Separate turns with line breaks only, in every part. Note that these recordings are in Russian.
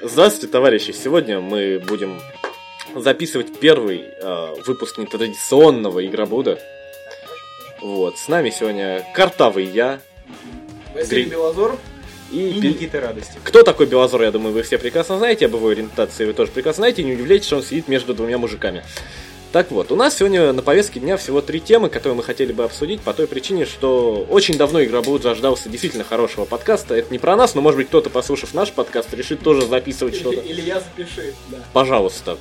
Здравствуйте, товарищи! Сегодня мы будем записывать первый э, выпуск нетрадиционного игробуда. Вот, с нами сегодня картавый я.
Василий
Гри-
Белозор
И,
и
Пи-
Никита Радости.
Кто такой Белозор, я думаю, вы все прекрасно знаете, об его ориентации вы тоже прекрасно знаете, и не удивляйтесь, что он сидит между двумя мужиками. Так вот, у нас сегодня на повестке дня всего три темы, которые мы хотели бы обсудить по той причине, что очень давно Игробуд заждался действительно хорошего подкаста. Это не про нас, но, может быть, кто-то, послушав наш подкаст, решит тоже записывать
Или,
что-то.
или я запиши, да.
Пожалуйста.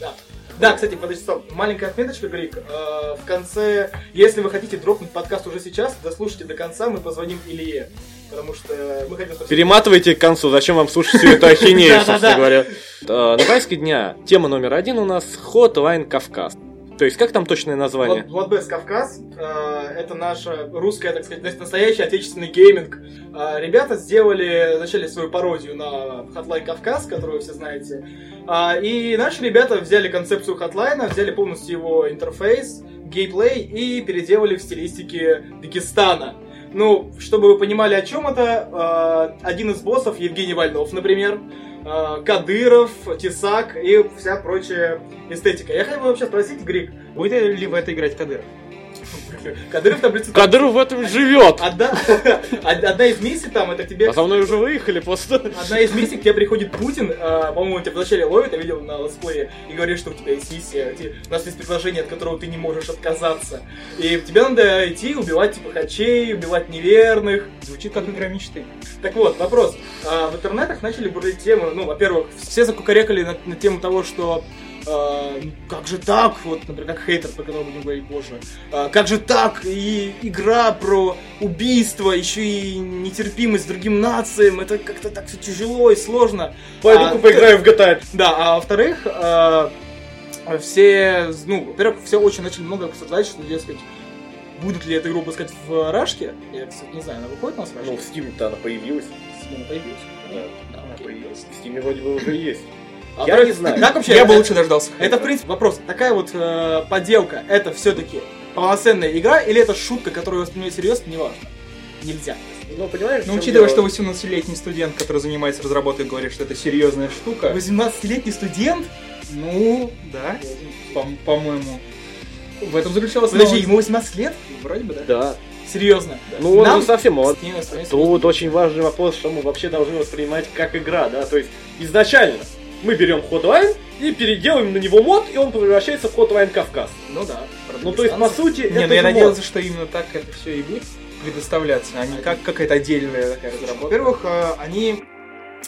Да. Да, кстати, подожди, стоп. Маленькая отметочка, Грик. Э, в конце, если вы хотите дропнуть подкаст уже сейчас, дослушайте до конца, мы позвоним Илье. Потому что мы хотим спросить...
Перематывайте к концу, зачем вам слушать всю эту ахинею,
Да-да-да.
собственно говоря. Э, На повестке дня тема номер один у нас Hotline Кавказ. То есть, как там точное
Blood-
название?
Bloodbath Кавказ э, это наша русская, так сказать, настоящий отечественный гейминг. Э, Ребята сделали вначале свою пародию на Hotline Кавказ, которую вы все знаете. А, И наши ребята взяли концепцию Hotline, взяли полностью его интерфейс, геймплей и переделали в стилистике Дагестана. Ну, чтобы вы понимали, о чем это, э, один из боссов Евгений Вальнов, например, э, Кадыров, Тесак и вся прочая эстетика. Я хотел бы вообще спросить, Грик,
Будет ли в это играть Кадыров?
Кадыров таблицу...
Кадыров в этом живет!
Одна, од- одна из миссий там, это тебе...
А со мной уже выехали просто.
Одна из миссий, к тебе приходит Путин, э, по-моему, он тебя вначале ловит, я видел на летсплее, и говорит, что у тебя есть миссия, ти- у нас есть предложение, от которого ты не можешь отказаться. И тебе надо идти убивать, типа, хачей, убивать неверных.
Звучит как игра мечты.
Так вот, вопрос. А, В интернетах начали бурлить темы, ну, во-первых, все закукарекали на, на тему того, что э, ну, как же так, вот, например, как хейтер, про которого будем говорить позже. А, Как же так, и игра про убийство, еще и нетерпимость к другим нациям, это как-то так все тяжело и сложно.
Пойду-ка
А,
поиграю в GTA.
Да, а во-вторых, э, все, ну, во-первых, все очень начали много обсуждать, что, дескать, будут ли эту игру пускать в Рашке. Я, кстати, не знаю, она выходит у нас в Рашке?
Ну, в Steam-то она появилась.
Симона появилась. Да,
Она
окей.
появилась. В Steam вроде бы уже есть.
А
Я
про-
не знаю.
Как вообще?
Я бы
это-
лучше дождался.
Это, в принципе, вопрос. Такая вот э, поделка, это все-таки полноценная игра или это шутка, которую воспринимать серьезно, неважно. Нельзя.
Ну, понимаешь,
Но учитывая, что 18-летний студент, который занимается разработкой, говорит, что это серьезная штука.
18-летний студент?
Ну, да, по- по-моему. В этом заключалось
Подожди,
новость.
ему 18 лет?
Вроде бы, да.
Да.
Ну, Серьезно.
Ну, он
Нам-
же совсем молод.
С ним на странице-
Тут очень важный вопрос, что мы вообще должны воспринимать как игра, да, то есть изначально мы берем Hotline и переделываем на него мод, и он превращается в Hotline Кавказ.
Ну да. про
Ну, то есть, по
дагестанцев.
сути,
Не,
это
ну я
же мод.
надеялся, что именно так это все и будет предоставляться, а не как какая-то отдельная такая разработка.
Во-первых, э, они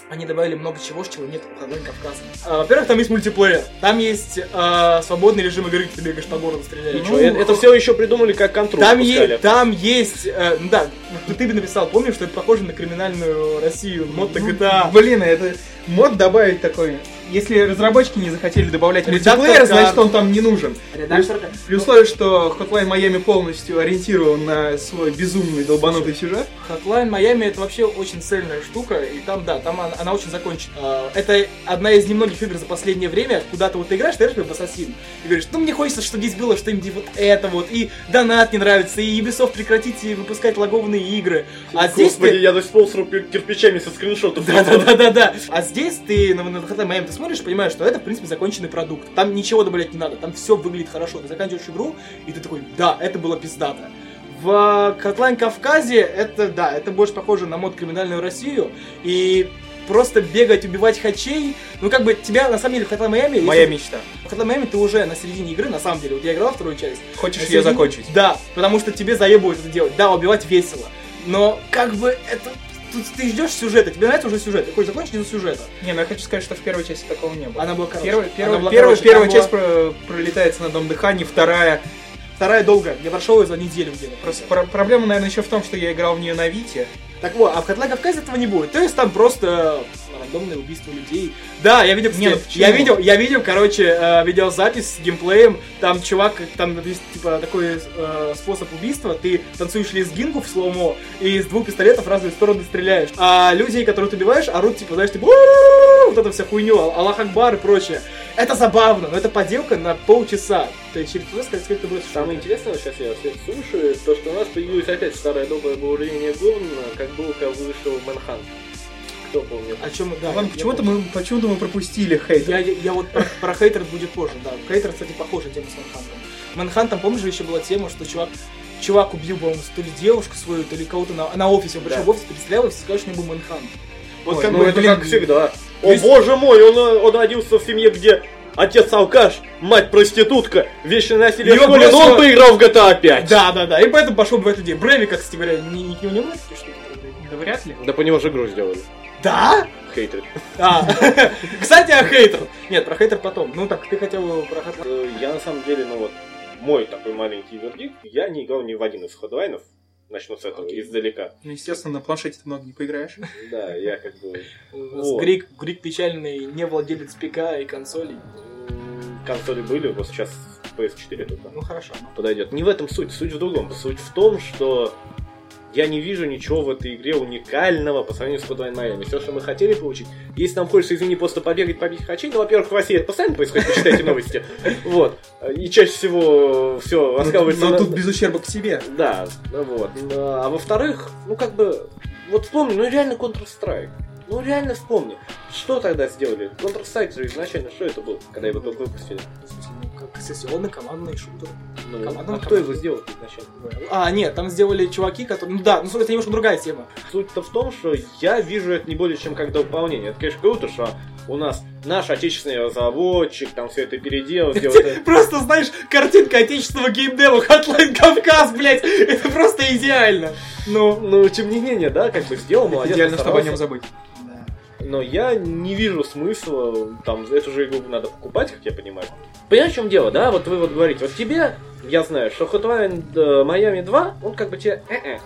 они добавили много чего, чего нет в Хардline Кавказа. А, Во-первых, там есть мультиплеер, там есть э, свободный режим игры, где ты бегаешь по городу, стреляешь.
Чё, Ну, это, все еще придумали как контроль.
Ну, Там,
пускали.
е- там есть, э, ну да, вот ты бы написал, помнишь, что это похоже на криминальную Россию, мод на
Ну,
GTA.
Блин, это мод добавить такой. Если разработчики не захотели добавлять
Редактор
мультиплеер,
карт.
значит он там не нужен.
Редактор.
При условии, что Hotline Miami полностью ориентирован на свой безумный долбанутый сюжет.
Hotline Miami это вообще очень цельная штука, и там, да, там она, она очень закончена. А, Это одна из немногих игр за последнее время, куда ты вот ты играешь, ты играешь в Ассасин, и говоришь, ну мне хочется, чтобы здесь было что-нибудь вот это вот, и Донат не нравится, и Ubisoft прекратите выпускать лагованные игры. А здесь
Господи,
ты...
я даже пол с ру- кирпичами со скриншотов.
Да-да-да-да. А здесь ты на, на Hotline Miami ты смотришь и понимаешь, что это, в принципе, законченный продукт. Там ничего добавлять не надо, там все выглядит хорошо. Ты заканчиваешь игру, и ты такой, да, это было пиздато. В э, Hotline Кавказе это, да, это больше похоже на мод криминальную Россию. И просто бегать, убивать хачей, ну как бы тебя, на самом деле, в Hotline Miami... если-
Моя мечта.
В Hotline Miami ты уже на середине игры, на самом деле. Вот я играл вторую часть.
Хочешь
Если
ее
не-
закончить?
Да, потому что тебе заебывают это делать. Да, убивать весело. Но как бы это... Тут ты ждешь сюжета, тебе нравится уже сюжет, ты хочешь закончить из-за сюжета.
Не, ну я хочу сказать, что в первой части такого не было.
Она была короче.
Первая,
Она
первая,
была
первая,
короче,
первая
там
часть про- пролетается на дом дыхания, вторая.
была- Вторая долгая, я прошел ее за неделю где-то.
Просто про- проблема, наверное, еще в том, что я играл в нее на Вите.
Так вот, а в Котле Кавказе этого не будет. То есть там просто э, рандомное убийство людей. Да, я видел, кстати,
Не, ну почему?
я видел, я видел, короче, э, видеозапись с геймплеем. Там чувак, как- там есть типа такой э, способ убийства. Ты танцуешь лезгинку в слоумо и из двух пистолетов в разные стороны стреляешь. А людей, которых ты убиваешь, орут типа, знаешь, типа «Ууу!» вот это вся хуйню, Ал- Аллах Акбар и прочее. Это забавно, но это поделка на полчаса. То есть через полчаса сколько будет?
Самое интересное, сейчас я все слушаю, то, что у нас появилась опять старая добрая Баурения Гурна, как был, когда вышел Манхан. кто помнит.
О чем мы, да.
Ладно,
я-
почему-то
я помню.
мы, почему-то мы пропустили хейт.
Я, я- я вот про, про хейтер будет позже, да. Хейтер, кстати, похожа тема с Манхантом. Манхантом, помнишь, же еще была тема, что чувак чувак убил, по-моему, то ли девушку свою, то ли кого-то на, на офисе. Он пришел
Да.
в офис, перестрелял, и все сказали, что у него был Манхант.
Вот
Ой,
как
ну
бы
и
это
блин.
как всегда. О
Есть-
боже мой, он, э, он родился в семье, где отец алкаш, мать проститутка, вечное насилие в
Её
школе, но он
просто-
поиграл в GTA 5.
Да, да, да. И поэтому пошел бывать людей. Брейвик, как, кстати говоря, не, не, не носите, что ли?
Да вряд ли.
Да по него же игру сделали.
Да?
Хейтер.
А, кстати, о хейтер. Нет, про хейтер потом. Ну так, ты хотел про хейтер.
Э, Я на самом деле, ну вот, мой такой маленький вердикт, я не играл ни в один из ходлайнов. Начну с этого,
Окей.
издалека.
Ну, естественно, на планшете ты много не поиграешь.
Да, я как бы... Вот.
Грик, Грик печальный, не владелец ПК и консолей.
м, Консоли были, вот сейчас PS4 только.
Ну хорошо.
подойдет. Не в этом суть, суть в другом. Суть в том, что я не вижу ничего в этой игре уникального по сравнению с Hotline Miami. Все, что мы хотели получить, если нам хочется, извини, просто побегать, побить хачей, ну, во-первых, в России это постоянно происходит, вы читаете новости. Вот. И чаще всего все
Ну,
Но,
рассказывается... на-
тут без ущерба к себе.
Да, ну вот. А во-вторых, ну как бы, вот вспомни, ну реально Counter-Strike. Ну реально вспомни, что тогда сделали? Counter-Strike же изначально, что это было, когда его только выпустили?
В смысле, ну, как сессионный командный шутер.
Ну,
Команда
а
на
кто его
команду.
сделал изначально?
А, нет, там сделали чуваки, которые... Ну да, ну слушай, это немножко другая тема.
Суть-то в том, что я вижу это не более чем как дополнение. Это, конечно, круто, что у нас наш отечественный разработчик там все это переделал, сделал это.
Просто, знаешь, картинка отечественного геймдева Hotline Кавказ, блядь, это просто идеально. Ну,
Ну, тем не менее, да, как бы сделал, молодец.
Идеально, чтобы о
постарался.
нем забыть.
Но я не вижу смысла, там, эту же игру надо покупать, как я понимаю. Понимаешь, в чем дело, да? Вот вы вот говорите, вот тебе, я знаю, что Hotline э, Miami 2, он как бы тебе э-э.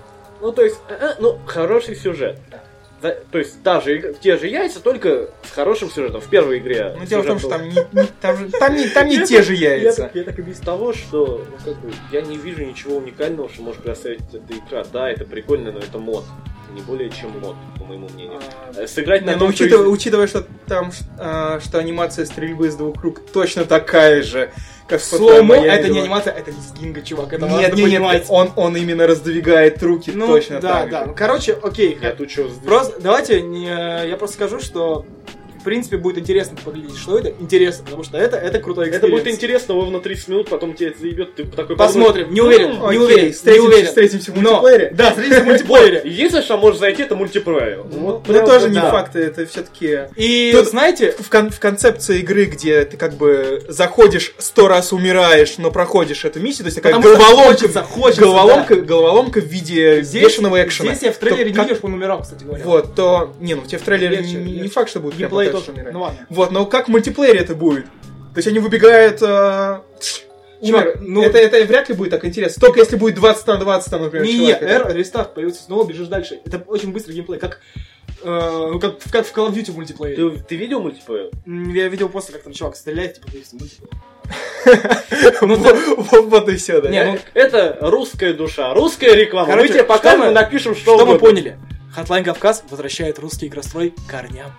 Ну, то есть, э-э, ну, хороший сюжет.
Да.
За- то есть, та же, игра- те же яйца, только с хорошим сюжетом. В первой игре
Но Ну, дело в том,
сюжет
что
был-
там не, не- там, же- там не, там не те же
Я
яйца.
так, я так и без того, что ну, как бы, я не вижу ничего уникального, что может представить эта игра. Да, это прикольно, но это мод. Не более чем мод, по моему мнению. Э, Сыграть
Не,
на
ну,
том, что
учитывая,
из-
учитывая, что там ш- а, что анимация стрельбы из двух рук точно такая же, как в
слоумо,
Hotline Miami
это не
2.
анимация, это лизгинга, чувак, это
Нет,
надо
нет,
понимать.
нет, он, он именно раздвигает руки
Ну,
точно
да,
так
да.
же.
Ну, короче, окей.
Я тут чё с-
Просто, давайте, не, э, я просто скажу, что в принципе, будет интересно поглядеть, что это. Интересно, потому что это, это крутой
Это будет
экспириенс.
интересно, ровно 30 минут, потом тебя это заебет, ты такой «А,
Посмотрим, не уверен,
Ну, Окей,
не уверен, не
встретимся,
уверен.
встретимся в
Но-
мультиплеере.
Да, встретимся в мультиплеере.
подумаешь, Если что может зайти, это мультиправил.
Ну,
Вот
ну,
прям
тоже
вот,
не
да.
факт, это все-таки...
И
Тут-
знаете,
В, кон- в концепции игры, где ты как бы заходишь, сто раз умираешь, но проходишь эту миссию, то есть такая
Потому что
головоломка,
хочется, хочется,
головоломка, головоломка в виде
Здесь-
бешеного экшена.
здесь я в трейлере
То-
не вижу, что он умирал, кстати говоря.
Вот, то... Не, ну в тебе в трейлере
Легче,
не
легче.
факт, что будет
Геймплей
прям
тоже.
показывать, что умирает.
Ну ладно.
Вот, но как в мультиплеере это будет? То есть они выбегают... э,
Чувак,
умер.
ну-
это, это вряд ли будет так интересно. Только если будет 20 на 20, там, например,
Не,
человек.
R, рестарт, появился снова, бежишь дальше. Это очень быстрый геймплей, как, э, ну, как, в- как в Call of Duty в мультиплеере.
Ты, ты видел мультиплеер?
М, Я видел после, как там чувак стреляет, типа, есть мультиплеер. ну,
Вот- вот- Вот и все, да.
Не, ну,
Э, Это русская душа, русская реклама.
Короче,
мы тебе покажем,
что мы-
напишем, что,
Что мы
угодно.
поняли? Hotline Кавказ возвращает русский игрострой к корням.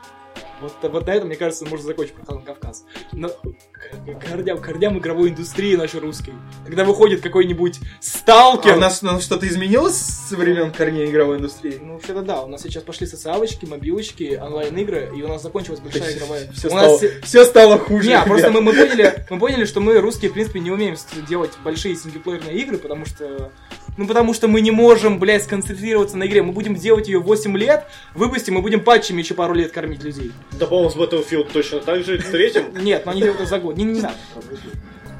Вот, вот на этом, мне кажется, можно закончить про Hotline Кавказ. Но к- корням, корням игровой индустрии нашей русской. Когда выходит какой-нибудь
А
сталкер...
у нас у нас что-то изменилось со времен корней игровой индустрии?
Ну, вообще-то да, у нас сейчас пошли социалочки, мобилочки, онлайн-игры, и у нас закончилась большая игровая...
Все
у нас...
стало,
се-
всё стало хуже.
Не,
ребят.
просто мы, мы поняли, мы поняли, что мы, русские, в принципе, не умеем с- делать большие синглплеерные игры, потому что... Ну, потому что мы не можем, блядь, сконцентрироваться на игре. Мы будем делать ее 8 лет, выпустим, мы будем патчами еще пару лет кормить людей.
Да, по-моему, с Battlefield точно так же, с третьим.
Нет, но они делают это за год. Не, не надо.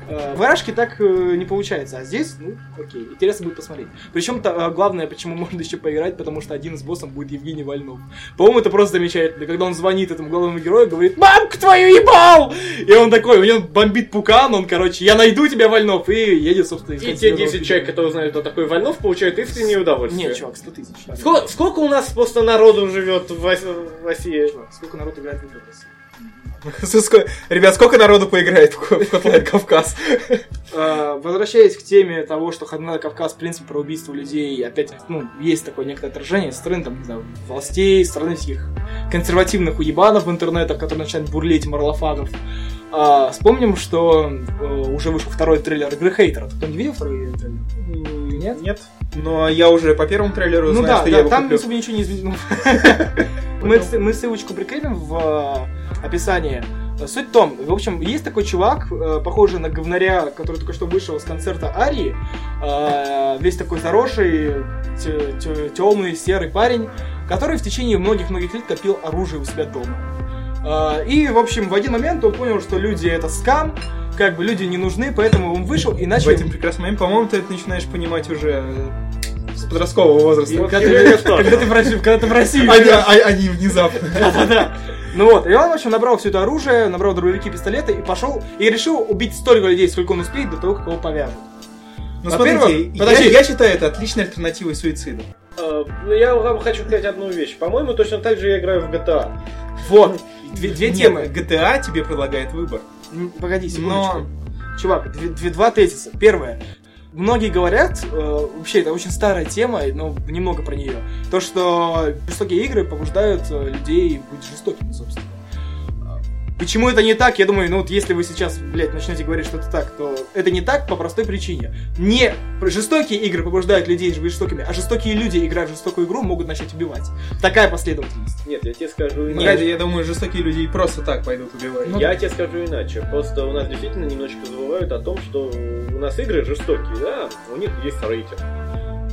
Э, В Рашке так э, не получается, а здесь, ну, окей, интересно будет посмотреть. Причем то, э, главное, почему можно еще поиграть, потому что один из боссов будет Евгений Вольнов. По-моему, это просто замечательно, когда он звонит этому главному герою, говорит «Мамку твою ебал!» И он такой, у него бомбит пукан, он, короче, «Я найду тебя, Вольнов!» И едет, собственно,
И
искать
те
своего
10 человек,
друга.
которые знают, кто такой Вольнов, получают искреннее удовольствие.
Нет, чувак, 100 тысяч.
Ско- Сколько, у нас просто народу живет в Ос- в России?
Чувак, типа, сколько народу играет в игры?
Ско- Ребят, сколько народу поиграет в Ко- в Hotline Кавказ?
Э, Возвращаясь к теме того, что Хадна Кавказ, в принципе, про убийство людей, опять, ну, есть такое некое отражение со стороны, там, не знаю, властей, со стороны всяких консервативных уебанов в интернетах, которые начинают бурлеть марлофагов. А, вспомним, что э, уже вышел второй трейлер игры Хейтера. Кто не видел второй трейлер?
Нет. Но я уже по первому трейлеру
ну
знаю,
да,
что
да,
я его
там
куплю.
особо ничего не изменилось. мы, кс- мы ссылочку прикрепим в э, описании. Суть в том, в общем, есть такой чувак, э, похожий на говнаря, который только что вышел с концерта Арии, э, весь такой заросший, темный, серый парень, который в течение многих-многих лет копил оружие у себя дома. Э, И, в общем, в один момент он понял, что люди это скам, как бы люди не нужны, поэтому он вышел и
В
начал...
этом прекрасном моменте, по-моему, ты это начинаешь понимать уже э, с подросткового возраста.
Когда
И
ты-
это тоже.
когда ты в России- когда ты в России
Они,
живёшь.
а- они внезапно.
Ну вот, и он, в общем, набрал все это оружие, набрал дробовики, пистолеты и пошел, и решил убить столько людей, сколько он успеет до того, как его повяжут.
Ну
А Во-первых,
смотрите, я-
подожди.
я считаю это отличной альтернативой суициду.
Э, ну, я вам хочу сказать одну вещь. По-моему, точно так же я играю в GTA.
Вот, две, две
Нет,
темы.
GTA тебе предлагает выбор.
М, Погоди, секундочку.
Но
Чувак, две- две- два тезиса. Первое. Многие говорят, э, вообще это очень старая тема, но немного про нее, то, что жестокие игры побуждают э, людей быть жестокими, собственно. Э, Почему это не так? Я думаю, ну вот если вы сейчас, блядь, начнете говорить, что это так, то это не так по простой причине. Не жестокие игры побуждают людей быть жестокими, а жестокие люди, играя в жестокую игру, могут начать убивать. Такая последовательность.
Нет, я тебе скажу
Нет,
иначе.
я думаю, жестокие люди и просто так пойдут убивать.
Ну,
я тебе скажу иначе. Просто у нас действительно немножечко забывают о том, что у нас игры жестокие, да, у них есть рейтинг.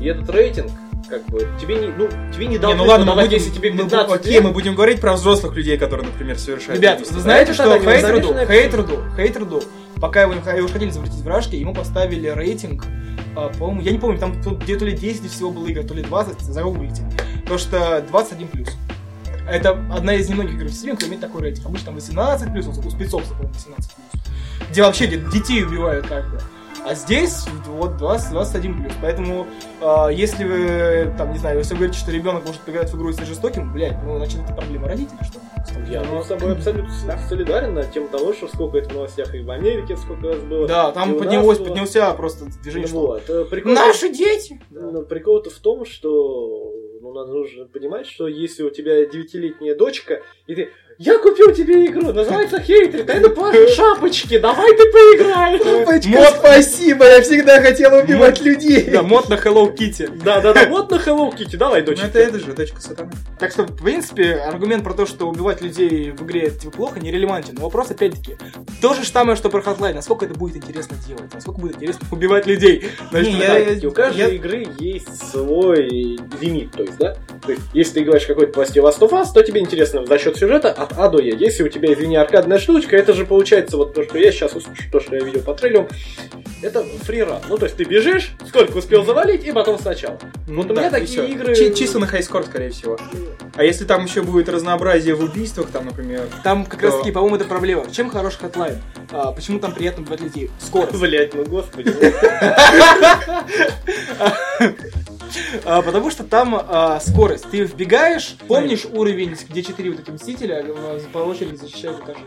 И этот рейтинг, как бы, тебе не, ну, тебе не
Не,
должны
ну ладно, мы
подавать,
будем,
если тебе
мы бу-
15
окей,
лет.
мы будем говорить про взрослых людей, которые, например, совершают
Ребят,
убийство,
вы знаете,
Да,
что
это так,
Хейтруду,
замешанная
Хейтруду, Хейтруду, пока его, его хотели завратить в рашки, ему поставили рейтинг, а, по-моему, я не помню, там то- где то ли 10 всего было игр, то ли 20, загуглите. Потому что 21 плюс. Это одна из немногих игр в Steam, кто имеет такой рейтинг. Обычно там 18 плюс, у спецов, по-моему, 18 плюс. Где вообще де- детей убивают как бы. А здесь вот 20, 21 плюс. Поэтому, а, если вы, там, не знаю, если вы говорите, что ребенок может поиграть в игру и стать жестоким, блядь, ну, значит, это проблема родителей, что ли?
Я ну, с тобой абсолютно с- солидарен на тему того, что сколько это в новостях и в Америке, сколько раз было.
Да, там
И у нас
поднялось,
было.
поднялся просто движение. что
Вот. э, Прикол,
Наши дети!
Ну, прикол-то в том, что ну, надо нужно понимать, что если у тебя девятилетняя дочка, и ты «Я купил тебе игру, называется Хейтри, дай на платные шапочки, давай ты поиграешь!»
Мод, спасибо, я всегда хотел
убивать
людей.
Да, мод на Hello Kitty.
Да-да-да, вот на Hello Kitty, давай,
Ну
дочка.
это это же, дочка сатаны.
Так что, в принципе, аргумент про то, что убивать людей в игре это типа, плохо, нерелевантен. Но вопрос, опять-таки, то же самое, что про Hotline. Насколько это будет интересно делать? Насколько будет интересно убивать людей? Значит,
Не,
вот
я-
так.
Опять-таки, у каждой
я-
игры есть свой лимит, то есть, да? То есть, если ты играешь в какой-то пласте Last of Us, то тебе интересно за счет сюжета от А до Я. Если у тебя, извини, аркадная штучка, это же получается вот то, что я сейчас услышу, то, что я видел по трейлерам, это фриран. Ну, то есть ты бежишь, сколько успел завалить, и потом сначала.
Ну,
Вот у меня такие
всё.
игры-
Чи- чисто на хайскор, скорее всего. А если там еще будет разнообразие в убийствах, там, например,
Там как
Да.
раз таки, по-моему, это проблема. Чем хорош Hotline? А, почему там приятно убивать людей? Скорость.
Блять, ну господи.
А, Потому что там а, скорость. Ты вбегаешь, помнишь уровень, где четыре вот эти мстителя а, по очереди защищают этажи?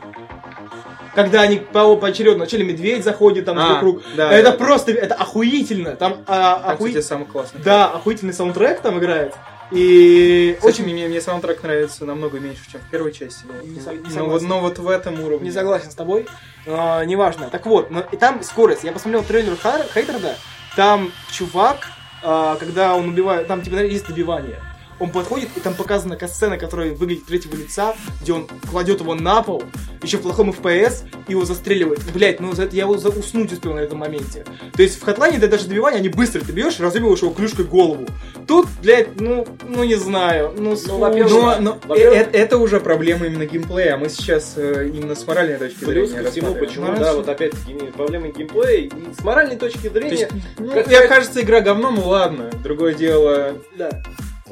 Когда они по поочередно, вначале медведь заходит там
А,
вокруг.
да,
это
да.
просто, это охуительно. Там, а,
там,
охуи-
кстати, самый классный.
да, охуительный саундтрек там играет. И
Кстати,
очень
мне, мне саундтрек нравится намного меньше, чем в первой части.
Не со- не
но, вот,
согласен.
но вот в этом уровне.
не согласен с тобой, но неважно. Так вот, но и там скорость. Я посмотрел трейлер Хар- Хейтерда, там чувак, а, когда он убивает, там типа есть добивание. Он подходит, и там показана сцена, которая выглядит третьего лица, где он кладет его на пол, еще в плохом FPS, и его застреливает. Блять, ну за это я его за- уснуть успел на этом моменте. То есть в хатлайне ты даже добивание, они быстро ты бьешь, разрубиваешь его клюшкой голову. Тут, блять, ну, ну не знаю, ну, скучно.
во-первых,
Но, но э-
Во-первых-
э- это, уже проблема именно геймплея, а мы сейчас э, именно с моральной точки
Плюс
зрения
ко всему,
рассматриваем.
почему,
Ну,
да,
раз-
вот опять-таки не- проблемы геймплея, и с моральной точки
То
зрения,
есть, ну,
как
я,
сказать-
кажется, игра говном, ну ладно. Другое дело,
Да.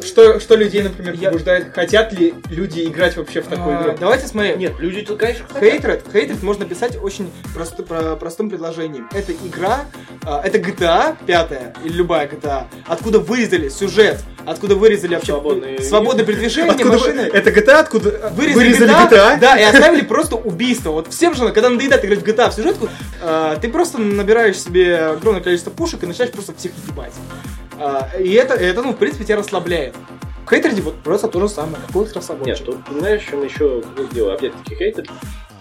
что, что людей, например,
Я-
побуждает, хотят ли люди играть вообще в такую
А,
игру?
Давайте смотреть.
нет, люди, конечно, хотят.
Hatred, Hatred можно писать очень просто- про- простым предложением. Это игра, а, это GTA 5 или любая GTA, откуда вырезали сюжет, откуда вырезали вообще
Свободные-
свободное передвижение
Откуда вы-
машины.
Это GTA, откуда
Вырезали,
вырезали а?
GTA,
GTA?
Да, и оставили просто убийство. Вот всем же, когда надоедает играть в GTA в сюжетку, а, ты просто набираешь себе огромное количество пушек и начинаешь просто всех ебать. А, и это, это, ну, в принципе, тебя расслабляет. В Хейтреде вот просто то же самое, какой
Нет,
красавчик.
тут понимаешь, в чем еще какое дело, опять-таки хейтер,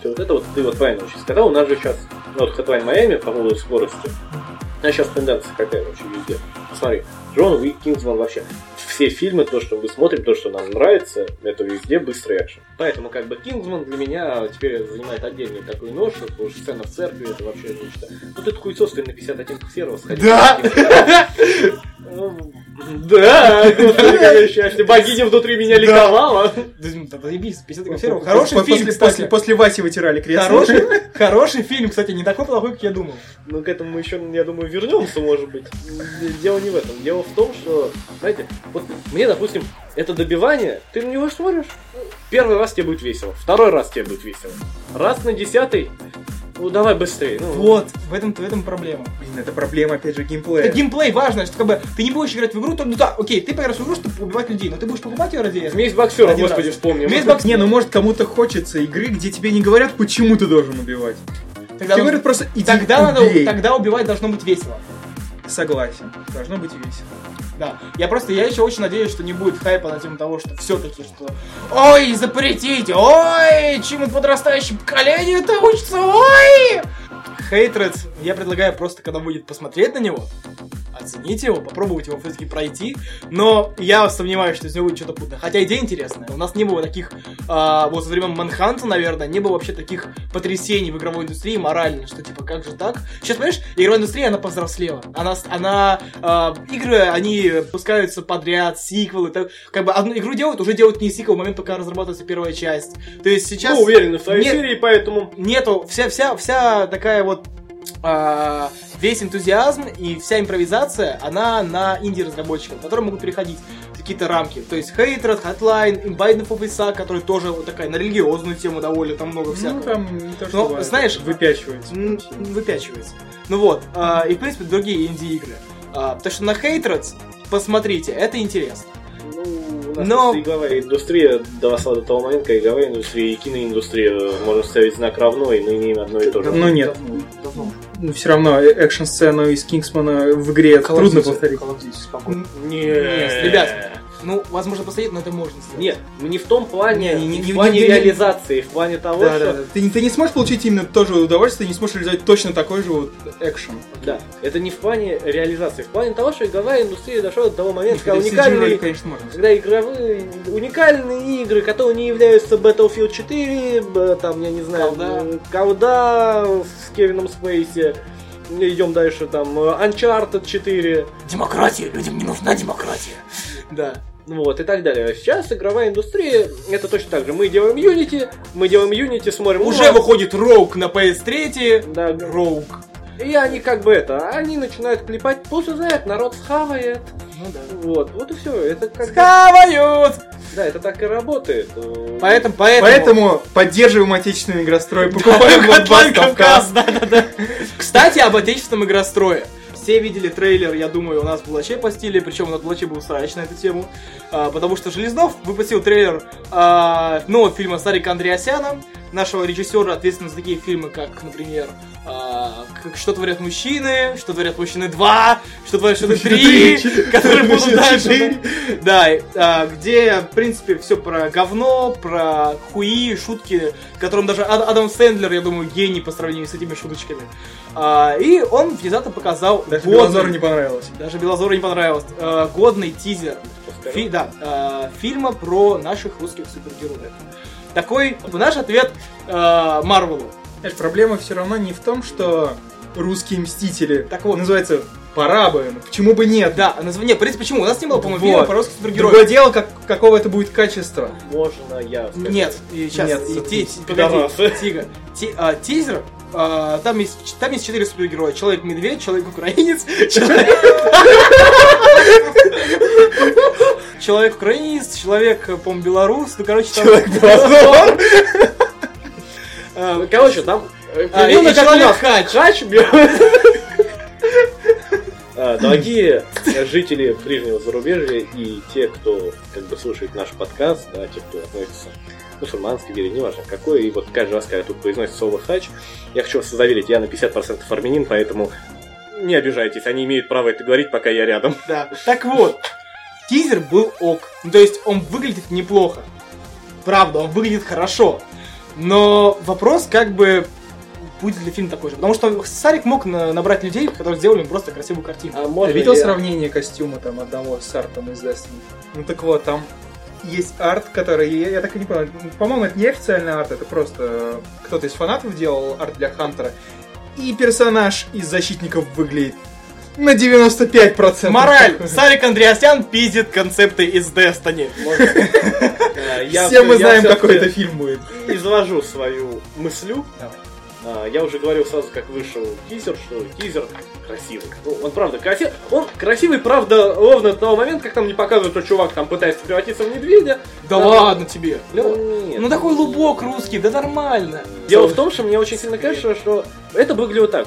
что вот это вот ты вот правильно сейчас сказал, у нас же сейчас, ну вот Hotline Miami по поводу Ну, скорости, а сейчас тенденция какая вообще везде. Посмотри, Джон Уик, Кингсман вообще. все фильмы, то, что мы смотрим, то, что нам нравится, это везде быстрый экшен. Поэтому как бы Кингсман для меня теперь занимает отдельный такой нож, потому что сцена в церкви это вообще нечто. Вот этот хуйсос ты на 50 оттенков серого сходил.
Да!
Да, конечно, богиня внутри меня ликовала.
Да ну, да заебись, 50 оттенков серого. Хороший фильм,
после,
кстати.
после, после Васи вытирали крест.
Хороший, хороший фильм, кстати, не такой плохой, как я думал.
Ну, к этому мы еще, я думаю, вернемся, может быть. Дело не в этом. Дело в том, что, знаете, вот мне, допустим, это добивание, ты на него смотришь, первый раз тебе будет весело, второй раз тебе будет весело, раз на десятый, ну давай быстрее. Ну,
Вот, в этом, в этом проблема.
Блин, это проблема, опять же, геймплея.
Это геймплей важно, что как бы ты не будешь играть в игру, только ну да, окей, ты поиграешь в игру, чтобы убивать людей, но ты будешь покупать ее ради этого.
Месть боксера,
Один
господи,
раз.
вспомним.
Месть
Это-
бокс-
Не, ну может кому-то хочется игры, где тебе не говорят, почему ты должен убивать.
Тогда,
тебе
ну,
говорят просто иди
тогда, надо,
убей».
тогда убивать должно быть весело.
Согласен. Должно быть весело.
Да. Я просто, я еще очень надеюсь, что не будет хайпа на тему того, что все-таки, что Ой, запретите! Ой, чему подрастающее поколение это учится! Ой! Хейтред, я предлагаю просто, когда будет посмотреть на него, оценить его, попробовать его все-таки пройти, но я сомневаюсь, что из него будет что-то путное. Хотя идея интересная. У нас не было таких, а, вот со времен Манханта, наверное, не было вообще таких потрясений в игровой индустрии морально, что типа как же так? Сейчас, понимаешь, игровая индустрия, она повзрослела. Она, с- она а, игры, они пускаются подряд, сиквелы, так- как бы одну игру делают, уже делают не сиквел в момент, пока разрабатывается первая часть. То есть сейчас...
Ну, уверены в своей
Нет.
серии, поэтому...
нету вся вся вся такая вот а, весь энтузиазм и вся импровизация, она на инди-разработчиков, которые могут переходить в какие-то рамки. То есть Hatred, Hotline, Imbidenf of Isaac, который тоже вот такая на религиозную тему довольно, там много всякого.
Ну там не то,
Ну,
что важно,
знаешь,
выпячивается.
М, выпячивается. Ну вот, а, и в принципе другие инди-игры. А, так что на Hatred посмотрите, это интересно.
Ну, у нас
Но-
просто игровая индустрия доросла до того момента, когда игровая индустрия и киноиндустрия э, можно ставить знак равно, и мы имеем одно и то же.
Давно нет. Ну, все равно э, экшн-сцену из Кингсмана в игре трудно повторить.
М,
Нет,
ребят. Ну, возможно, посмотреть, но это можно сделать.
Нет, не в том плане,
Не, не-
в
не-
плане
не- не-
реализации, в плане того,
Да,
что...
да, да. Ты, не- ты не сможешь получить именно то же удовольствие, ты не сможешь реализовать точно такой же вот экшен.
Да, это не в плане реализации, в плане того, что игровая индустрия дошла до того момента, когда
Когда CGI,
уникальные,
конечно, можно.
когда игровые, уникальные игры, которые не являются Battlefield 4, б- там, я не знаю,
Колда.
м, Колда с Кевином Спейси, идем дальше, там, э, Uncharted 4,
Демократия, людям не нужна демократия. Да.
Ну Вот, и так далее. А Сейчас игровая индустрия, это точно так же. Мы делаем Unity, мы делаем Unity, смотрим...
Уже
«Ура!»
выходит Роук на PS3.
Да,
Роук.
и они как бы это, они начинают клепать, пусть знает, народ схавает.
Ну да.
Вот, вот и все. Это как бы-
Схавают!
Да, это так и работает. Э,
Поэтому, поэтому...
Поэтому поддерживаем отечественный игрострой, покупаем
Покупаем
Bloodbath Кавказ.
Кавказ, да-да-да. Кстати, об отечественном игрострое. Все видели трейлер, я думаю, у нас в Булаче постили, причем у нас в Булаче был срач на эту тему, а, потому что Железнов выпустил трейлер а, нового фильма Сарика Андреасяна, нашего режиссера, ответственного за такие фильмы, как, например, а, как «Что творят мужчины», «Что творят мужчины 2», «Что творят мужчины 3», которые будут
«Мужчины
дальше.
4».
Да, и, а, где, в принципе, все про говно, про хуи, шутки, которым даже Ад- Адам Сэндлер, я думаю, гений по сравнению с этими шуточками. А, и он внезапно показал
Даже
годный-
Белозору не понравилось.
даже Белозору не понравилось. э, годный тизер
пускай.
фи- да, э, фильма про наших русских супергероев. Такой наш ответ э, Марвелу.
Знаешь, проблема все равно не в том, что русские мстители.
Так вот.
называется, пора бы, ну, почему бы нет.
Да, название. Принцип, почему? У нас не было, по-моему,
Вот.
фильма про русских
Другое
супергероев.
дело, как, какого это будет качества.
Можно я... скажу?
Нет, сейчас,
Нет,
пидорасы.
тига. Ти- а, тизер, а, там, есть, ч- там есть четыре супергероя. Человек-медведь, Человек-украинец, Человек... Человек-украинец, Человек, э, по-моему, белорус, ну, короче, там...
Белозор.
А,
Короче, там... э,
а, и-
примерно
и
как у нас.
Человек-хач.
Хач бьёт. А, Дорогие жители ближнего зарубежья и те, кто как бы слушает наш подкаст, да, те, кто относится к мусульманской вере, неважно какой, и вот каждый раз, когда тут произносит слово хач, я хочу вас заверить, я на 50% армянин, поэтому не обижайтесь, они имеют право это говорить, пока я рядом.
Да. Так вот, тизер был ок. Ну, То есть он выглядит неплохо. Правда, он выглядит хорошо. Но вопрос как бы будет ли фильм такой же. Потому что Сарик мог на- набрать людей, которые сделали им просто красивую картину.
А можно
Видел
я-
сравнение костюма там одного с артом из Destiny? Ну так вот, там есть арт, который, я, я так и не понял, Ну, по-моему, это не официальный арт, это просто э, кто-то из фанатов делал арт для Хантера. И персонаж из Защитников выглядит на 95%.
Мораль! Сарик Андреасян пиздит концепты из Destiny.
можно? Э, я-
Все мы
я
знаем,
всё-таки
какой это фильм будет.
Изложу свою мыслю.
Давай.
А, Я уже говорил сразу, как вышел тизер, что тизер красивый. Ну, он правда красивый. Он красивый, правда, ровно до того момента, как там не показывают, что чувак там пытается превратиться в медведя.
Да ладно тебе. Ну
Ну, нет.
ну такой лубок русский, да нормально.
Дело в том, что мне очень сильно кажется, что это выглядело так.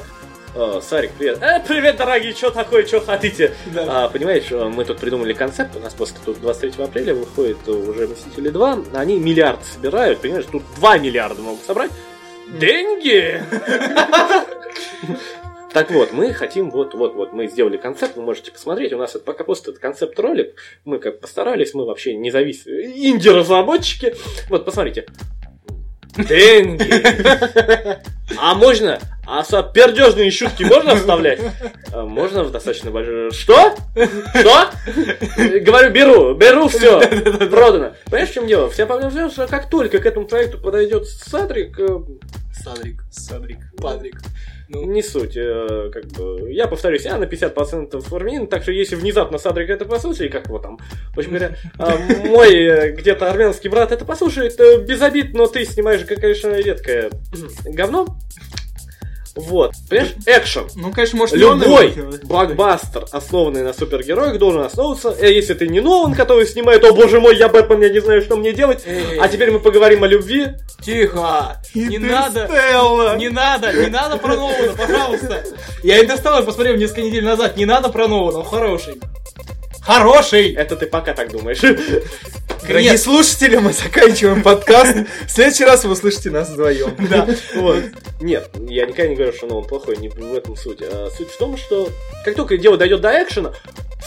Э, Сарик, привет. Э, привет, дорогие, что такое, что хотите?
Да.
А, понимаешь, э, мы тут придумали концепт, у нас просто тут 23 апреля выходит э, уже Мстители 2, они миллиард собирают, понимаешь, тут 2 миллиарда могут собрать. Деньги! Так вот, мы хотим, вот, вот, вот, мы сделали концепт, вы можете посмотреть, у нас это пока просто концепт ролик, мы как постарались, мы вообще независимые инди-разработчики, вот, посмотрите. Деньги! А можно? А пердежные щутки можно вставлять? А, Можно в достаточно большой... Что? Что? Э, Говорю, беру, беру все. Продано. Понимаешь, в чем дело? Все понимают, что как только к этому проекту подойдет Садрик, э,
Садрик, Садрик, Падрик. Ну,
не суть, э, как бы, я повторюсь, я на 50% армянин, так что если внезапно Садрик это послушает, как его там, в общем говоря, э, мой э, где-то армянский брат это послушает, э, без обид, но ты снимаешь, как, конечно, редкое говно. Вот, понимаешь, экшен.
Ну, конечно, может, не он
Любой
его делает.
блокбастер, основанный на супергероях, должен основываться. э, Если ты не Нолан, который снимает, о боже мой, я Бэтмен, я не знаю, что мне делать.
Эй.
А теперь мы поговорим о любви.
тихо! Не надо!
Интерстелла.
Не надо, не надо про Нолана, пожалуйста. Я Интерстеллар посмотрел несколько недель назад, не надо про Нолана, он хороший. Хороший!
Это ты пока так думаешь.
Дорогие
Нет.
слушатели, мы заканчиваем подкаст. В следующий раз вы услышите нас вдвоем.
Да.
Вот. Нет, я никогда не говорю, что Нолан плохой, не в этом суть. А суть в том, что как только дело дойдет до экшена,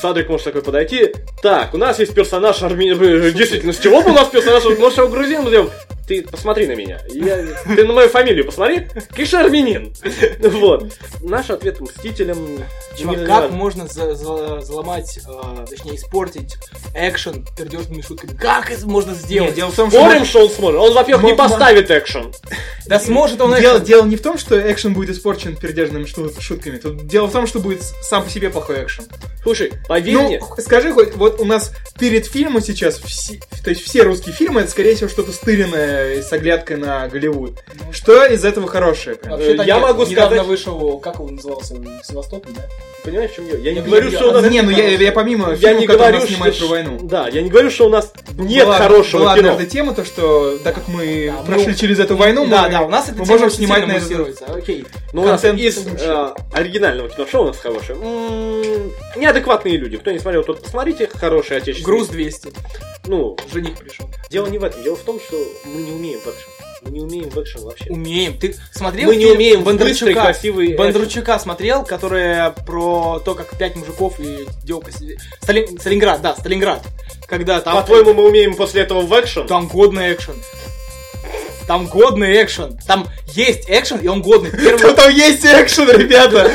Садрик может такой подойти. Так, у нас есть персонаж э, армии. Действительно, с чего бы у нас персонаж? Может, его грузин сделаем? Ты посмотри на меня. Я... Ты на мою фамилию посмотри. Киша армянин. Вот. Наш ответ мстителям.
Чувак,
не
как
знаю.
можно за- за- взломать, э, точнее испортить экшен пердежными шутками? Как это можно сделать?
Нет, дело в том, что...
Спорим, что он сможет. Он, во-первых, не
Мог- мог-
поставит экшен.
Да сможет он
Дело,
экшен.
дело не в том, что экшен будет испорчен передержанными шу- шутками. Тут дело в том, что будет с- сам по себе плохой экшен.
Слушай, поверь
ну,
мне.
х- скажи хоть, вот у нас перед фильмом сейчас, все, то есть все русские фильмы, это скорее всего что-то стыренное с оглядкой на Голливуд. Что из этого хорошее? прям?
Вообще-то
я
нет,
могу
недавно
сказать-
вышел, как он назывался, Севастополь, да?
Понимаешь, в чем дело? Я не
Ну,
говорю,
я-
что у нас
Не, ну я, я помимо
Я
фильма,
не
который
говорю,
нас
что...
снимают про войну.
Да, я не говорю, что у нас нет
была,
хорошего ну- А,
была
кино.
однажды тема, то что, так как мы
Да,
прошли
ну,
через эту войну,
да,
мы-
да, у нас это
мы
тема
можем снимать
сильно
на этот-
массируется, Окей.
Но у нас
контент
из
лучше.
э, оригинального кино шоу у нас хорошее. М, Неадекватные люди. Кто не смотрел, тот посмотрите. Хорошие отечественные.
Груз 200.
Ну,
Жених пришел.
дело не в этом. Дело в том, что мы не умеем в экшен. Мы не умеем в экшен вообще.
Умеем. Ты смотрел
Мы не
фильм
умеем быстрый,
Бондарчука?
красивый экшен.
Бондарчука смотрел, которая про то, как пять мужиков и девка... сидели- Сталин- Сталинград, да, Сталинград. Когда там...
По-твоему, мы умеем после этого в экшен?
Там годный экшен. Там годный экшен. Там есть экшен, и он годный. Первый-
Там, там есть экшен, ребята!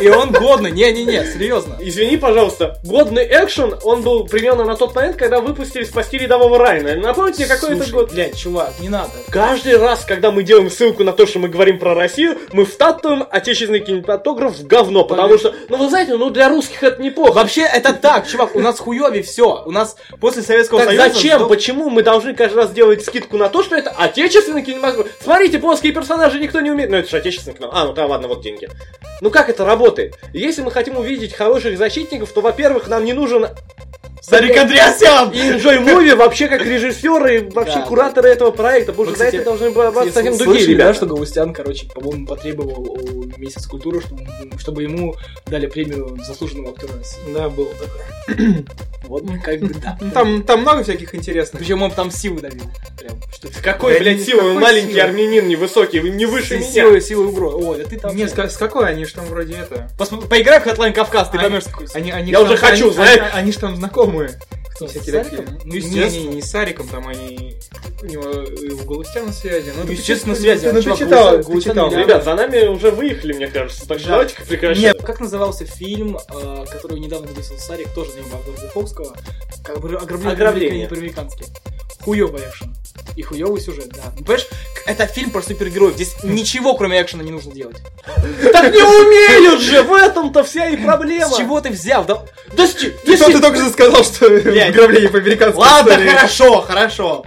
И он, и он годный. Не-не-не, серьезно.
Извини, пожалуйста, годный экшен, он был примерно на тот момент, когда выпустили «Спасти рядового Райна». Напомните, какой это
Слушай,
год?
Блядь, чувак, не надо.
Каждый раз, когда мы делаем ссылку на то, что мы говорим про Россию, мы втаптываем отечественный кинематограф в говно, потому что, ну вы знаете, ну для русских это неплохо.
Вообще, это так, чувак, у нас хуёве все. У нас после Советского
Так
Союза... ну.
зачем,
до-
почему мы должны каждый раз делать скидку на то, что это отечественный кинематограф? Смотрите, плоские персонажи никто не умеет. Ну это же отечественный кино. А, ну да, ладно, вот деньги. Ну как это работает? Если мы хотим увидеть хороших защитников, то, во-первых, нам не нужен
Сарик Андреасян!
и Enjoy Movie вообще как режиссеры и вообще
Да.
кураторы этого проекта, потому
Вы,
что за это
кстати,
должны бороться
Если
совсем
вы
другие
слышали,
ребята.
да, что Галустян, короче, по-моему, потребовал у Месяц культуры, чтобы, чтобы ему дали премию заслуженного актера России.
Да, было такое.
Вот как бы да.
Ну, Там, там много всяких интересных.
Причем он там силы давил. Прям, что
Какой,
Да
блядь,
ни-
силы?
какой
маленький
силы?
армянин, невысокий, вы не выше меня.
Силы, силы угрозы. О,
а
да ты там...
Не, с, ка- с какой они ж там вроде это?
Пос- Поиграй в Hotline Кавказ, ты
А-
поймешь, какой
Они, они
Я
ж
уже
там-
хочу,
они-
знаешь.
они- они ж там знакомые.
С
всякие
Сариком?
такие.
Ну,
Не,
естественно.
не, не с Сариком, там они... У него и у Галустяна связи. Ну,
Ну,
ты-
естественно,
ты-
связи.
ты- Ну, ты
Чувак,
читал,
Галустян-
ты читал.
Галустян
Ребят, за нами уже выехали, мне кажется. Так что
Да.
давайте прекращать.
Нет, Э, как назывался фильм, э, который недавно выпустил Сарик, тоже на него Буковского, как бы ограбление,
Ограбление.
по-американски. Хуёвый экшен. И хуёвый сюжет, да. Ну, понимаешь, к- это фильм про супергероев, здесь
Хм.
ничего кроме экшена не нужно делать.
Так не умеют же! В этом-то вся и проблема!
С чего ты взял, да?
Да с че-
Ты сам
если-
ты только что сказал, что
Блядь.
ограбление по американской
Ладно,
истории.
хорошо, хорошо.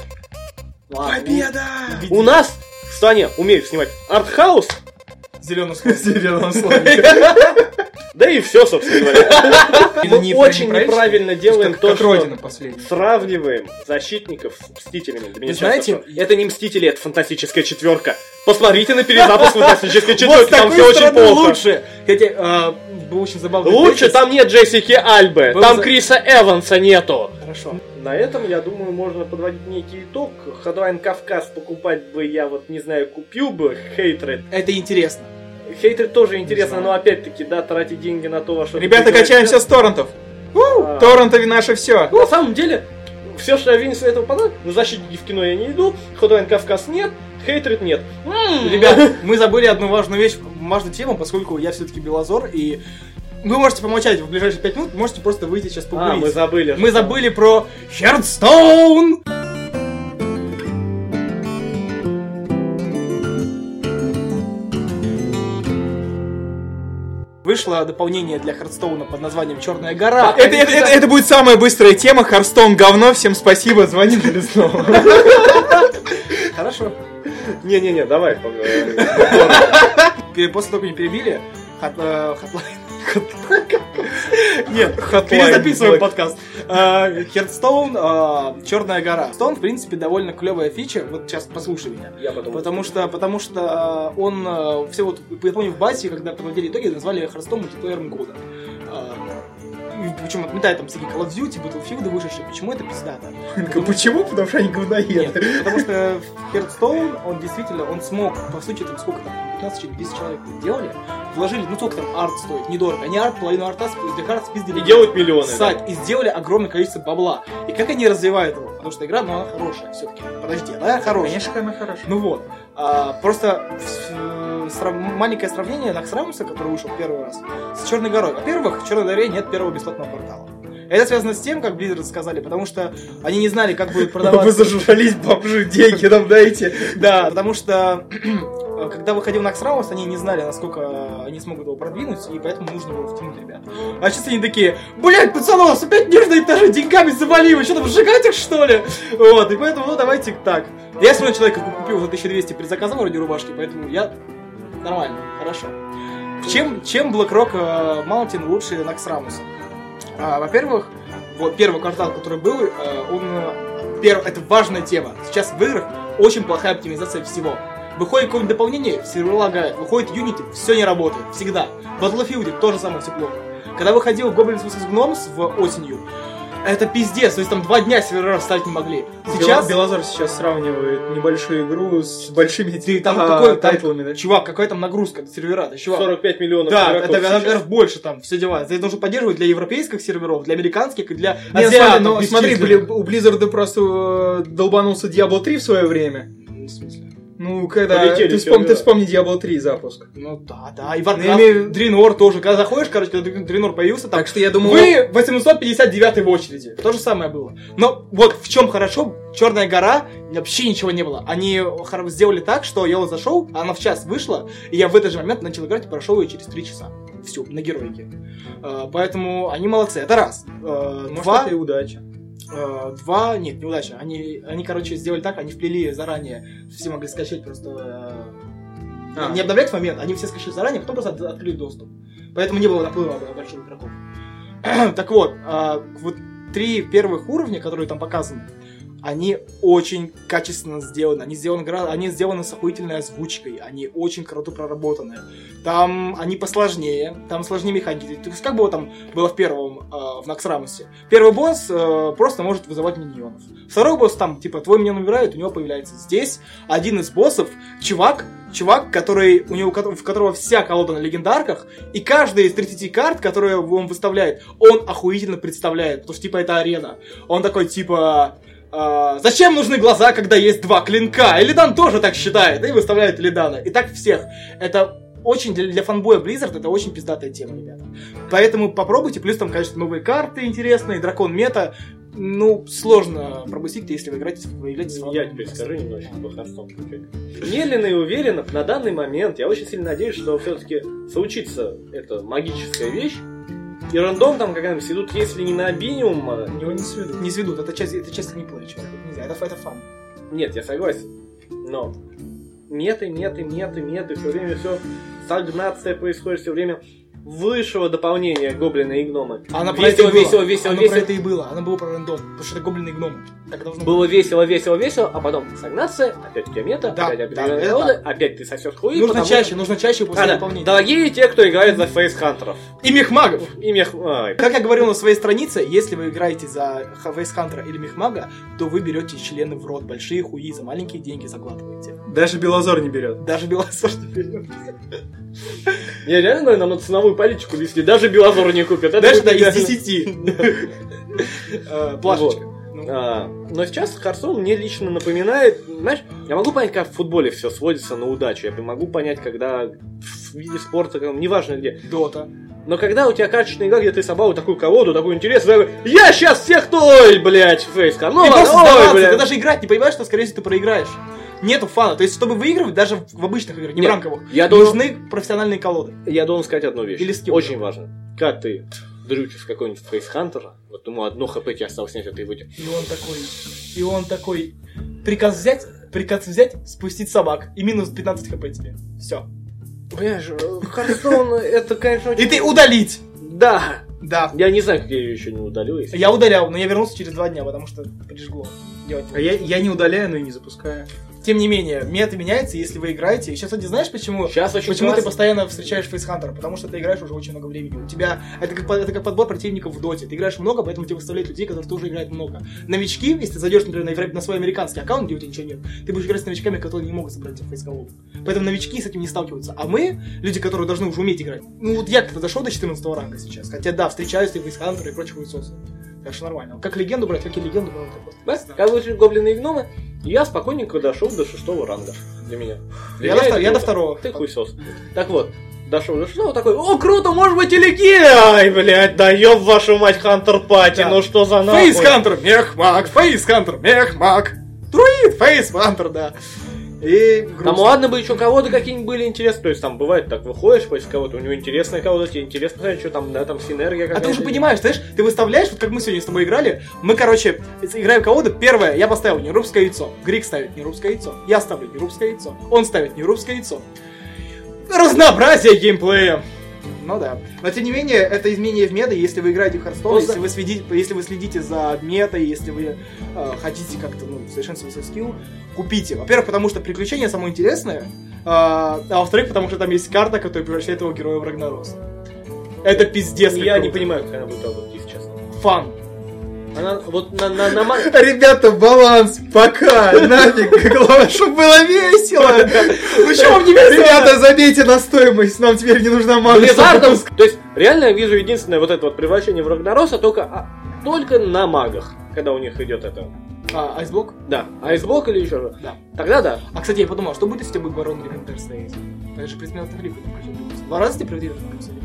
Ладно.
Победа!
У нас в стране умеют снимать артхаус,
Зеленый
В зеленом слове.
да и все, собственно говоря. Мы
не-
очень
неправильно.
неправильно делаем
Как-
то,
как
что
Родина последняя.
сравниваем защитников с мстителями. Для меня
Вы знаете,
часто, что это не мстители, это фантастическая четверка. Посмотрите на перезапуск фантастической четверки,
Вот с
там
такой
все очень
стороны
плохо.
лучше. Хотя, э, был очень забавный
Лучше
тезис.
там нет Джессики Альбы,
Был
там
за-
Криса Эванса нету.
Хорошо.
На этом, я думаю, можно подводить некий итог. Хадвайн Кавказ покупать бы я вот не знаю, купил бы Хейтред.
Это интересно.
Хейтред тоже интересно,
знаю.
но опять-таки, да, тратить деньги на то, во что... ты
Ребята,
прикрываешь-
качаемся с торрентов.
А.
Торренты наше все.
На самом деле, все, что я видел с этого понравилось, ну, защитники в кино я не иду, Хадвайн Кавказ нет, Хейтред нет.
Ребят, мы забыли одну важную вещь, важную тему, поскольку я все-таки Белозор, и вы можете помолчать в ближайшие пять минут, можете просто выйти сейчас
А,
погулять.
мы забыли.
Мы забыли про Хердстоун! Вышло дополнение для Хардстоуна под названием Черная гора.
Это, это- это- это будет самая быстрая тема. Харстон говно. Всем спасибо. Звоните ли снова.
Хорошо.
Не-не-не, давай поговорим.
Пе- После того, как меня перебили, хот- э, хотлайн.
Нет,
Перезаписываем подкаст. Э, Хердстоун, э, Черная гора. Стоун, в принципе, довольно клевая фича. Вот сейчас послушай меня.
Я потом...
Потому что, потому что э, он э, все вот, я помню, в базе, когда подводили итоги, назвали Хардстоун мультиплеером года. Э, и Причем отметая там всякие Call of Duty, Battlefield вышедшие, почему это пиздато?
Почему? Потому что они
Нет,
говноеды.
потому что Хардстоун, он действительно, он смог, по сути, там сколько там, 15 или 10 человек это делали, вложили, ну сколько там арт стоит, недорого, они арт, половину арта, спи- для арт спиздили.
И делают миллионы.
Сать, и сделали огромное количество бабла. И как они развивают его? Потому что игра, ну она хорошая все-таки. Подожди, ну, она хорошая.
Конечно, она хорошая.
Ну вот. А, просто э, срав- маленькое сравнение Накс Рамуса, который вышел первый раз, с Черной горой. Во-первых, в Черной горе нет первого бесплатного портала. Это связано с тем, как Blizzard сказали, потому что они не знали, как будет
Вы
продаваться.
зажрались, бомжи, деньги нам дайте.
Да, потому что э, когда выходил Накс Раус, они не знали, насколько э, они смогут его продвинуть, и поэтому нужно было втянуть ребят. А сейчас они такие, блядь, пацаны, у нас опять нижние этажи деньгами завали, вы что там, сжигать их что ли? Вот, и поэтому, ну давайте так. Я своего человека купил за 1200 предзаказа вроде рубашки, поэтому я нормально, хорошо. Чем, чем BlackRock э, Mountain лучше Накс Рамуса? А, Во-первых, вот первый квартал, который был, э, он э, перв- это важная тема. Сейчас в играх очень плохая оптимизация всего. Выходит какое-нибудь дополнение, сервер лагает. Выходит Unity, все не работает. Всегда. В Battlefield тоже самое все плохо. Когда выходил Goblins vs. Gnomes в осенью, это пиздец, то есть там два дня сервера встать не могли. Сейчас,
Сейчас Белозор сейчас сравнивает небольшую игру с большими
Ты там
а,
такой- там-
тайтлами. да.
чувак, какая там нагрузка до сервера, ты чувак.
45 миллионов
Да,
игроков
это она,
сейчас.
наверное, больше там все дела. Ты должен поддерживать для европейских серверов, для американских и для
Не, смотри,
азиатов
ну, смотри,
бесчисленных.
бли- у Близзарда просто э, долбанулся Diablo 3 в свое время.
В смысле?
Ну, когда...
Полетели
Ты
все,
вспомни,
да.
ты вспомни Diablo 3 запуск.
Ну да, да. И
Я имею в
Warcraft,
виду-
Дринор тоже. Когда заходишь, короче, когда Дринор появился, там
Так что я думаю...
Вы 859 в очереди. То же самое было. Но вот в чем хорошо, Черная гора, вообще ничего не было. Они хор- сделали так, что я вот зашел, она в час вышла, и я в этот же момент начал играть и прошел ее через 3 часа. Все, на героике. Э, Поэтому они молодцы, это раз. Э,
Может,
Два,
это и удача.
э, два, нет, неудача. Они, они, короче, сделали так, они вплели заранее, все могли скачать просто э,
А.
не обновлять момент, они все скачали заранее, а потом просто от- открыли доступ. Поэтому не было наплыва б- больших игроков. так вот, а, вот три первых уровня, которые там показаны, они очень качественно сделаны. Они сделаны, гра- они сделаны с охуительной озвучкой, они очень круто проработаны. Там они посложнее, там сложнее механики. То есть как было там было в первом, а, в Наксрамусе? Первый босс э, просто может вызывать миньонов. Второй босс там, типа, твой миньон убирает, у него появляется. Здесь один из боссов, чувак чувак, который, у него, у которого вся колода на легендарках, и каждая из 30 карт, которые он выставляет, он охуительно представляет, потому что, типа, это арена. Он такой, типа, а, зачем нужны глаза, когда есть два клинка? Элидан тоже так считает, и выставляет Элидана. И так всех. Это очень для, для фанбоя Blizzard это очень пиздатая тема, ребята. Поэтому попробуйте, плюс там, конечно, новые карты интересные, дракон мета. Ну, сложно пропустить, э, если вы играете, вы играете с
Я тебе скажу немножечко по Харстон. Медленно и уверенно, на данный момент, я очень сильно надеюсь, что все-таки случится эта магическая вещь, и рандом там когда-нибудь сведут, если не на обиниум, а-
Его не сведут. Не сведут, это часть, это часть геймплея, человек. Нельзя, это, это фан.
Нет, я согласен. Но меты, меты, меты, меты, все время все стагнация происходит, все время высшего дополнения гоблины и гномы.
Она про
весело,
это и А было.
весело, весело,
Оно
весело.
про это и было. Она была про рандом, потому что это гоблины и гномы. Так должно
Было весело, весело, весело, а потом стагнация, опять у тебя мета,
Да,
опять
да,
определенные
это
народы, опять ты сосешь хуй.
Нужно
потому
чаще,
что-
нужно чаще после
А, да.
выполнения.
Дорогие те, кто играет за фейсхантеров.
И мехмагов.
И мех... ай.
Как я говорил на своей странице, если вы играете за Хантера или Мехмага, то вы берете члены в рот, большие хуи за маленькие деньги закладываете.
Даже Белозор не берет.
Даже белосор не берет.
Не, реально, наверное, надо ценовую политику вести. Даже Белозор не купят. Это
Даже
будет
да, из
реально.
10. Э, Плашечка. Ну,
А, но сейчас Харсон мне лично напоминает, знаешь, я могу понять, как в футболе все сводится на удачу, я могу понять, когда в виде спорта, как- неважно где,
Дота.
но когда у тебя карточная игра, где ты собрал такую колоду, такой интерес, такой, я сейчас всех, ой, блядь, фейска, ну
Ты
ладно,
просто
ой,
сдаваться,
блядь».
ты даже играть не понимаешь, что, скорее всего, ты проиграешь. Нету фана. То есть, чтобы выигрывать, даже в в обычных играх, не в
Нет,
ранковых,
я должен,
нужны профессиональные колоды.
я должен сказать одну вещь,
Или с кем?
очень важно, когда ты дрючишь какой-нибудь фейсхантера, вот ему одно хп тебе осталось снять, а ты выйдешь.
И он такой, и он такой, приказ взять, приказ взять, спустить собак. И минус 15 хп тебе. Все.
Понимаешь,
э,
Харсон, это, конечно,
И ты удалить!
Да,
Да.
я не знаю, как я ее еще не удалил, если
Я удалял, но я вернулся через два дня, потому что прижгло. Делать
А я, я не удаляю, но и не запускаю.
Тем не менее, мета меняется, если вы играете. И сейчас, кстати, знаешь, почему?
Сейчас очень
Почему ты
классно.
постоянно встречаешь фейсхантера? Потому что ты играешь уже очень много времени. У тебя это как, по- это как подбор противников в доте. Ты играешь много, поэтому тебе выставляют людей, которые тоже играют много. Новички, если ты зайдешь, например, на, евро- на свой американский аккаунт, где у тебя ничего нет, ты будешь играть с новичками, которые не могут собрать фейс Поэтому новички с этим не сталкиваются. А мы, люди, которые должны уже уметь играть. Ну вот я как-то дошел до 14 ранга сейчас. Хотя да, встречаюсь и фейсхантеры и прочих хуесосов. Так что нормально. Как легенду брать, как и легенду брать. так вот.
Знаешь, Как лучше гоблины и гномы, я спокойненько дошел до шестого ранга. Для меня. Для меня
Я, до,
это
втор- я до
круто.
второго.
Ты хуйсос. Так вот, дошел до шестого, такой, о, круто, может быть, и леги! Ай, блядь, да ёб вашу мать, Хантер Пати,
Да.
ну что за нахуй?
Фейсхантер, мехмаг, фейсхантер, мехмаг. Друид, фейсхантер, да. И
Там
грустно.
ладно бы еще кого-то какие-нибудь были интересные, то есть там бывает так, выходишь поиск кого-то, у него интересная кого-то, тебе интересно, смотреть, что там, да, там синергия
А
какая-то.
ты уже понимаешь, знаешь, ты выставляешь, вот как мы сегодня с тобой играли, мы, короче, играем кого-то, первое, я поставил нерубское яйцо, Грик ставит нерубское яйцо, я ставлю нерубское яйцо, он ставит нерубское яйцо. Разнообразие геймплея! Ну да. Но тем не менее, это изменение в мета, если вы играете в Hearthstone,
Ну,
если,
за-
вы следите, если вы следите за метой, если вы э, хотите как-то ну, совершенствовать свой скилл, купите. Во-первых, потому что приключение само интересное, э, а, а во-вторых, потому что там есть карта, которая превращает его в героя в Рагнарос. Это пиздец. как
Я не
круто.
понимаю, как она будет работать, если честно.
Фан.
Она вот на, на, на, ма-
Ребята, баланс, пока, нафиг, главное, чтобы было весело.
Ну чё вам не
Ребята, забейте на стоимость, нам теперь не нужна магия.
Близзардом, То есть, реально я вижу единственное вот это вот превращение в Рагнароса только, а, только на магах, когда у них идет это.
А, айсблок?
Да, айсблок или еще же.
Да.
Тогда да.
А, кстати, я подумал, что будет, если будет барон Ревентер стоять? Это же предсмертных риф. Два раза тебе прилетели на консоли?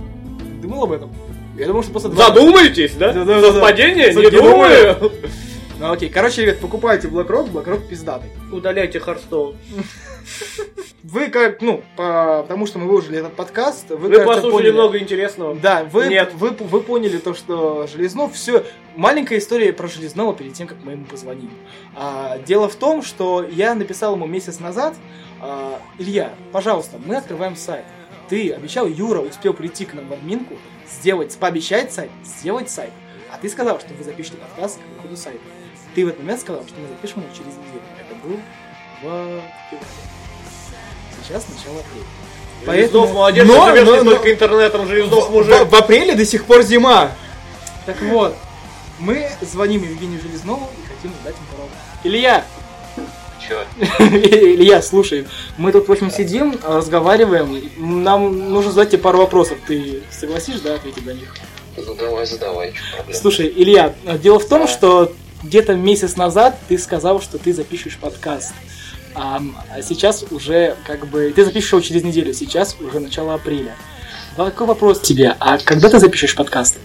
Думал об этом? Я думал, что просто два...
Задумайтесь, да?
Да, да, да, да.
Совпадение?
Да,
Не
не думаю.
думаю.
Ну окей, короче, ребят, покупайте BlackRock, BlackRock пиздатый.
Удаляйте Харстоун.
Вы как, ну, по- потому что мы выложили этот подкаст, вы,
Вы
кажется,
послушали
поняли.
много интересного.
Да, вы,
Нет.
Вы, вы поняли то, что Железнов все. Маленькая история про Железного перед тем, как мы ему позвонили. А, дело в том, что я написал ему месяц назад, а, Илья, пожалуйста, мы открываем сайт. Ты обещал, Юра успел прийти к нам в админку, сделать, пообещать сайт, сделать сайт. А ты сказал, что вы запишете подкаст к выходу сайта. Ты в этот момент сказал, что мы запишем его через неделю. Это был в феврале. Сейчас начало апреля.
Железнов
Поэтому-
молодец,
Но,
что живешь
но,
не
но-
только интернетом, Железнов мужик.
В апреле до сих пор зима.
Так вот, мы звоним Евгению Железнову и хотим задать ему вопрос. Илья,
ничего.
Илья, слушай, мы тут, в общем, сидим, разговариваем. Нам нужно задать тебе пару вопросов. Ты согласишь, да, ответить на них?
Задавай, задавай, чё проблема.
Слушай, Илья, э, дело в том, что где-то месяц назад ты сказал, что ты запишешь подкаст. Ам, А сейчас уже как бы... Ты запишешь его через неделю, сейчас уже начало апреля. Такой вопрос тебе, а когда ты запишешь подкаст?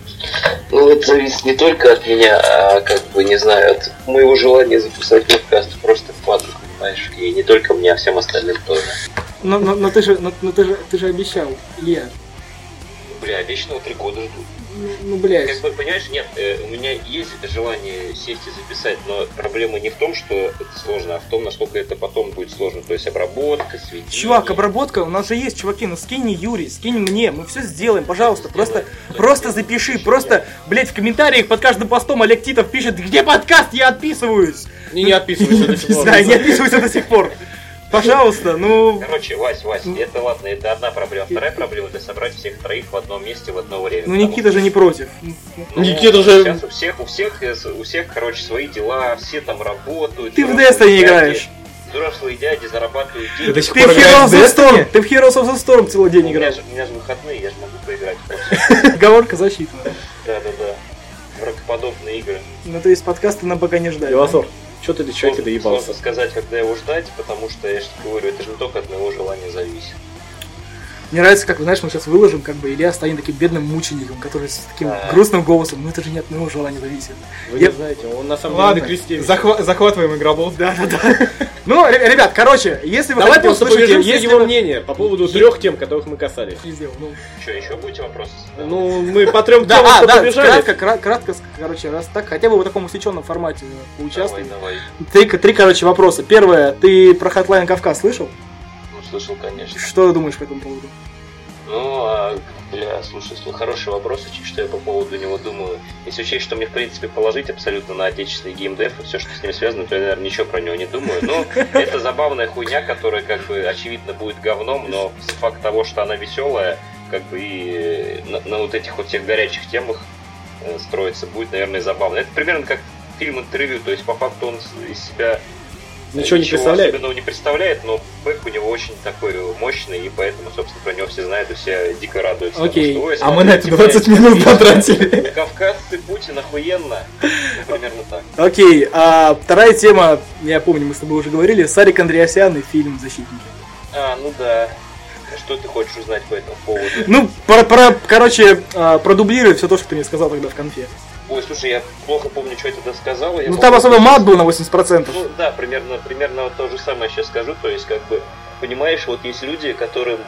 Ну, это зависит не только от меня, а, как бы, не знаю, от моего желания записать подкаст просто впаду, понимаешь? И не только мне, а всем остальным тоже.
Но, но- но ты же, но, но ты же, ты же обещал, Илья.
Бля, обещанного три года жду.
Ну, ну,
Как
блядь.
бы, понимаешь, нет, э, у меня есть желание сесть и записать, но проблема не в том, что это сложно, а в том, насколько это потом будет сложно. То есть обработка, сведение.
Чувак, обработка, у нас же есть, чуваки, ну скинь мне Юрий, скинь мне, мы все сделаем, пожалуйста, просто, просто запиши, просто, блядь, в комментариях под каждым постом Олег Титов пишет, где подкаст, я отписываюсь.
И не отписывайся до сих пор.
Да, не отписывайся до сих пор. Пожалуйста, ну...
Короче, Вась, Вась,
Ну.
это ладно, это одна проблема. Вторая проблема это собрать всех троих в одном месте в одно время.
Ну
потому
Никита же не против.
Ну,
Никита же-
Сейчас у всех, у всех, э, с- у всех, короче, свои дела, все там работают.
Ты в
взрослые
Destiny
дяди-
играешь.
Взрослые дяди зарабатывают
Ты
деньги.
до сих
Ты
пор
в Heroes
играешь в
of
Destiny?
Storm, ты в Heroes of the Storm целый
Ну,
день
у, меня
играешь.
же, у меня же выходные, я же могу поиграть.
Оговорка защитная.
Да-да-да. В ракоподобные игры.
Ну то есть подкасты нам пока не ждать.
Белозор, что ты до человека
Сложно-
доебался?
Сложно сказать, когда его ждать, потому что, я же говорю, это же не только от моего желания зависит.
Мне нравится, как, знаешь, мы сейчас выложим, как бы Илья станет таким бедным мучеником, который с таким
Да.
грустным голосом, ну это же не от моего желания зависит.
Вы
Я-
не знаете, он на самом
Ладно,
деле крестил.
захва- захватываем игробол. Да, да, да.
Ну, ре- ребят, короче, если вы
Давай
хотите
просто
услышать,
повяжемся
если
его
вы-
мнение по поводу
Е-
трех тем, которых мы касались.
Пиздел, ну.
Что, еще будете вопросы? задавать?
Ну, мы по трем
Да,
темам
а,
что
да,
побежали.
кратко, кра- кратко, с- короче, раз так, хотя бы в таком усеченном формате э,
давай,
поучаствуй.
давай.
Три, три, короче, вопроса. Первое, ты про Hotline Кавказ слышал?
Ну, слышал, конечно.
Что ты думаешь по этому поводу?
Ну, а, бля, слушай, слу- хороший вопрос, учитывая, что я по поводу него думаю. Если учесть, что мне, в принципе, положить абсолютно на отечественный геймдев и все, что с ним связано, то я, наверное, ничего про него не думаю. Но это забавная хуйня, которая, как бы, очевидно, будет говном, но факт того, что она веселая, как бы, и э, на, на вот этих вот всех горячих темах э, строится, будет, наверное, забавно. Это примерно как фильм-интервью, то есть, по факту, он с- из себя
Ничего не представляет.
особенного не представляет, но бэк у него очень такой э, мощный, и поэтому, собственно, про него все знают и все дико радуются.
Окей.
потому что, ой,
А мы на это
смотрите,
20
блядь,
минут потратили.
Кавказцы Путин охуенно. Ну, примерно так.
Окей, а вторая тема, я помню, мы с тобой уже говорили, Сарик Андреасян и фильм «Защитники».
А, ну да. Что ты хочешь узнать по этому поводу?
Ну, про, про- короче, а, продублируй все то, что ты мне сказал тогда в конфе.
Ой, слушай, я плохо помню, что я тогда сказал. я
Ну,
помню-
там особо мат был на 80%.
Ну да, примерно, примерно вот то же самое сейчас скажу. То есть, как бы, понимаешь, вот есть люди, которым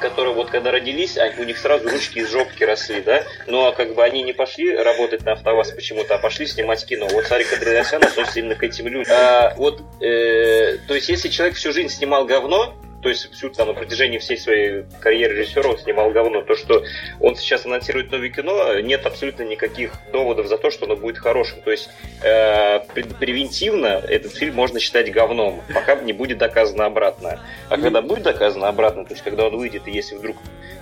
которые вот когда родились, они- у них сразу ручки из жопки росли, да? Ну а как бы они не пошли работать на автоваз почему-то, а пошли снимать кино. Вот Сарик Андреасян относится именно к этим людям. А, вот, э, то есть если человек всю жизнь снимал говно, то есть всю там на протяжении всей своей карьеры режиссера он снимал говно, то что он сейчас анонсирует новое кино, нет абсолютно никаких доводов за то, что оно будет хорошим. То есть э, пре- превентивно этот фильм можно считать говном, пока не будет доказано обратно. А когда будет доказано обратно, то есть когда он выйдет, и если вдруг,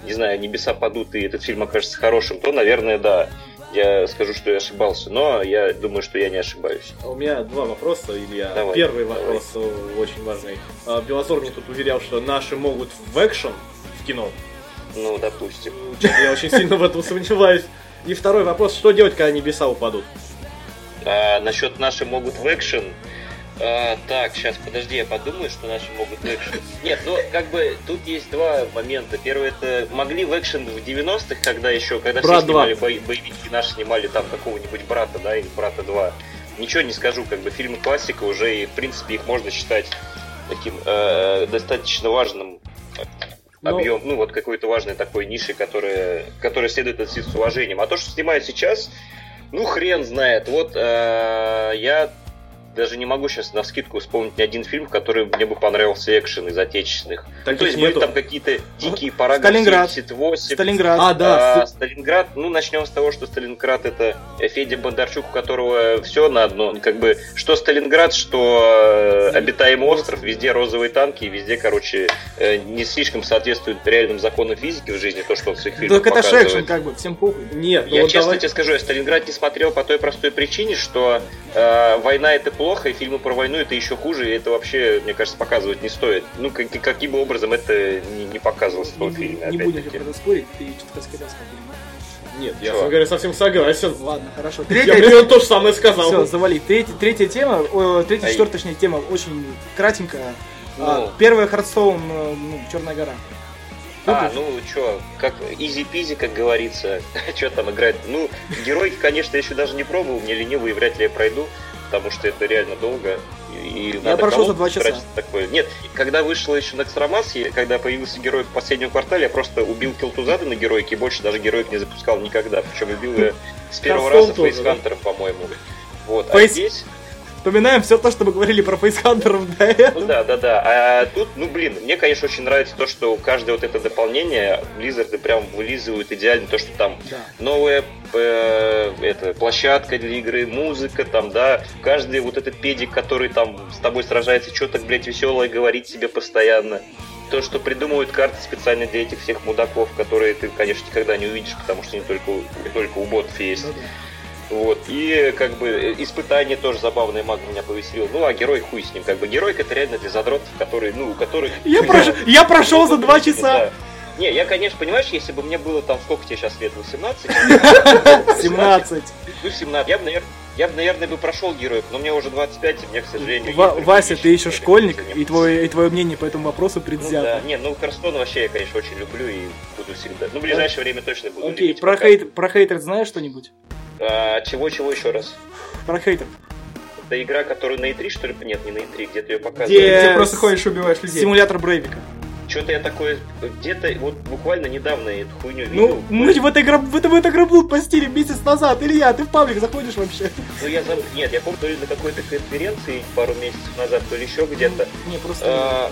не знаю, небеса падут, и этот фильм окажется хорошим, то, наверное, да, я скажу, что я ошибался, но я думаю, что я не ошибаюсь.
А У меня два вопроса, Илья.
Давай,
Первый
давай.
вопрос э, очень важный. А, Белозор мне тут уверял, что наши могут в экшен в кино.
Ну, допустим.
Честно, Я очень сильно в этом сомневаюсь. И второй вопрос, что делать, когда небеса упадут?
А, насчет наши могут в экшен. А, так, сейчас, подожди, я подумаю, что наши могут в экшен. Нет, ну, как бы, тут есть два момента. Первый, это могли в экшен в 90-х, когда еще, когда
«Брат
все снимали бо- боевики, наши снимали там какого-нибудь брата, да, или брата 2. Ничего не скажу, как бы, фильмы классика уже, и, в принципе, их можно считать таким э, достаточно важным
Ну,
объем, ну вот какой-то важной такой ниши, которая, которая следует относиться с уважением. А то, что снимают сейчас, ну хрен знает. Вот э, я даже не могу сейчас на скидку вспомнить ни один фильм, который мне бы понравился экшен из отечественных. Ну,
таких
то есть были
нету.
там какие-то дикие параграфы
Сталинград.
78.
Сталинград.
А, да.
А, Сталинград, ну начнем с того, что Сталинград это Федя Бондарчук, у которого все на одно, как бы что Сталинград, что э, обитаемый остров, везде розовые танки, и везде, короче, э, не слишком соответствует реальным законам физики в жизни то, что он в своих фильмах
Так это же
показывает.
экшен, как бы, всем похуй.
Нет, ну
Я
вот
честно
давай...
тебе скажу, я Сталинград не смотрел по той простой причине, что э, война это плохо, и фильмы про войну это еще хуже, и это вообще, мне кажется, показывать не стоит. Ну, как- каким бы образом это не, не показывалось в том фильме,
не будем
опять-таки.
про это спорить, ты что-то сказал, сказал.
Нет, я,
Чё?
собственно говоря, совсем согласен.
Ладно, хорошо.
Я
Третья,
примерно то же самое сказал.
Все, завали. Треть- третья тема, о, третья,
Ай.
четвертая точнее, тема очень кратенько.
Ну.
А, первая Хардстоун, э, ну, Черная гора.
А, ну чё, как изи-пизи, как говорится, что там играть. Ну, героики, конечно, я еще даже не пробовал, мне лениво, и вряд ли я пройду, потому что это реально долго. И и надо
прошел за
колоду
два часа.
тратить Такое. Нет, когда вышло еще Нексрамас, я- когда появился герой в последнем квартале, я просто убил Килтузада на героике и больше даже героик не запускал никогда. Причем убил я с первого
Хардстоун
раза
тоже,
Фейсхантером, по-моему. Вот, а
Фейс-
здесь...
Вспоминаем все то, что мы говорили про фейсхантеров до
Ну
этого.
да, да, да. А тут, ну блин, мне, конечно, очень нравится то, что каждое вот это дополнение Blizzard прям вылизывают идеально то, что там
Да.
новая э, это, площадка для игры, музыка там, да, каждый вот этот педик, который там с тобой сражается, что-то, блядь, веселое говорит тебе постоянно. То, что придумывают карты специально для этих всех мудаков, которые ты, конечно, никогда не увидишь, потому что не только, у- только у ботов есть.
Ну да.
Вот, и как бы э, испытание тоже забавное, маг меня повеселил. Ну, а герой хуй с ним, как бы герой это реально для задротов, которые, ну, у которых...
Я, прош- я прошел за два часа.
Да. Не, я, конечно, понимаешь, если бы мне было там, сколько тебе сейчас лет, 18?
17.
Ну, 17. Я бы, наверное, я бы, наверное, бы прошел героев, но мне уже 25, и мне, к сожалению...
Ва-
есть
Вася, ты
другие
еще
вещи,
школьник,
которыми
и твое, и твое мнение по этому вопросу
Ну да,
предвзято.
не, ну Карстон вообще я, конечно, очень люблю и буду всегда. Ну, в ближайшее время точно буду
Окей,
любить,
про,
пока.
хейт, про хейтер знаешь что-нибудь?
А, Чего-чего еще раз?
Про хейтер.
Это игра, которая на E3, что ли? Нет, не на E3, где-то ее показывали.
Где-
Ты просто ходишь и убиваешь людей.
Симулятор Брейвика.
Что-то я такое где-то вот буквально недавно эту хуйню
Ну,
видел.
мы в этой гроб- в это- в эту гробу постили месяц назад. Илья, ты в паблик заходишь вообще?
Ну, я забыл. Нет, я помню, то ли на какой-то конференции пару месяцев назад, то ли еще где-то.
Не, просто...
А,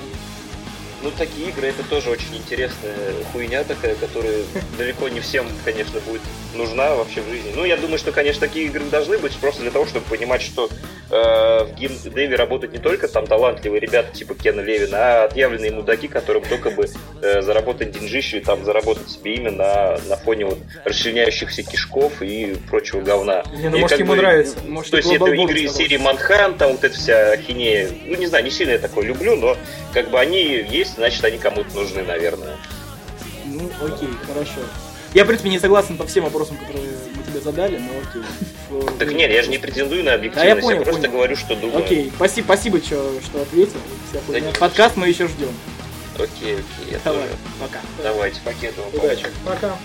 Ну, такие игры, это тоже очень интересная хуйня такая, которая далеко не всем, конечно, будет нужна вообще в жизни. Ну, я думаю, что, конечно, такие игры должны быть просто для того, чтобы понимать, что э, в геймдеве работают не только там талантливые ребята типа Кена Левина, а отъявленные мудаки, которым только бы э, заработать деньжищу и там заработать себе имя на, на фоне вот расчленяющихся кишков и прочего говна.
Не, ну
И
может
как
ему
бы-
нравится.
Может,
то есть
Global
это
Bomb
игры из
сказал.
серии Манхан, там вот эта вся ахинея. Ну, не знаю, не сильно я такое люблю, но как бы они есть, значит, они кому-то нужны, наверное.
Ну, окей, хорошо. Я, в принципе, не согласен по всем вопросам, которые мы тебе задали, но окей. Фу,
Так
ну,
нет, я же не претендую на объективность, я,
понял,
просто
понял.
говорю, что думаю.
Окей, спасибо, спасибо, чё- что ответил. Вся хуйня.
не за
Подкаст мы еще ждем.
Окей, окей, я
Давай,
тоже.
пока.
Давайте, пакетом.
Удачи.
Пока.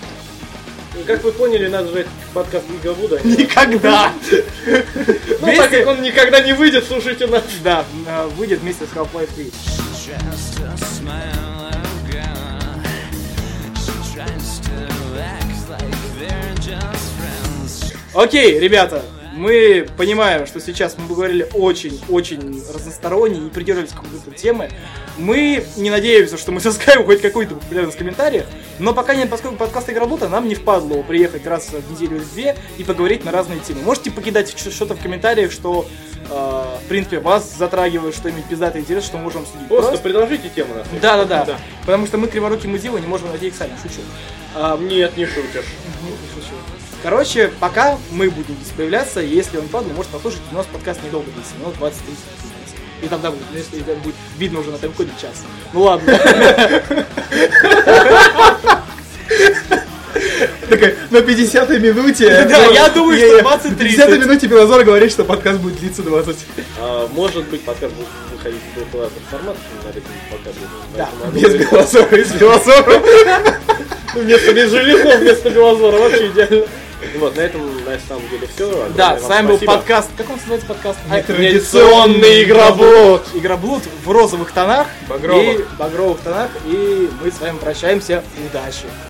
Как вы поняли, надо жать подкаст Гига Вуда.
Никогда!
Ну, так как он никогда не выйдет, слушайте нас.
Да, э, выйдет вместе с Half-Life 3.
Just a smile of God. She tries to act like they're just friends.
Окей, ребята, мы понимаем, что сейчас мы говорили очень-очень разносторонне и придерживались какой-то темы. Мы не надеемся, что мы соскаем хоть какую-то популярность в комментариях, но пока нет, поскольку подкаст «Игработа», нам не впадло приехать раз в неделю или две и поговорить на разные темы. Можете покидать ч- что-то в комментариях, что, э, в принципе, вас затрагивает, что-нибудь пиздатое интересное, что мы можем обсудить.
Просто
Просто-
предложите тему нас.
Да, да, да.
Да.
Потому что мы криворукие мудилы не можем найти их сами, шучу. А,
Нет, не шутишь.
ну, слушай. Короче, пока мы будем здесь появляться, если он падал, может послушать, у нас подкаст недолго длится, минут 20-30. И тогда будет, ну, если это будет видно уже на таймкоде час. Ну ладно.
Такая, на 50-й минуте...
Да, я думаю,
Не,
что
не,
20-30.
На 50-й минуте Белозор говорит, что подкаст будет длиться 20.
А, может быть, подкаст будет выходить в другой формат, надо будет показывать.
Да,
Поэтому,
Без Белозора, из Белозора.
ну, Вместо Безжелихов, вместо Белозора, вообще идеально. Вот, на этом, на самом деле, все.
Да, с вами был подкаст. Как он называется подкаст? А,
Нетрадиционный игроблот.
Игроблуд в розовых тонах.
Багровых.
И багровых тонах. И мы с вами прощаемся. Удачи.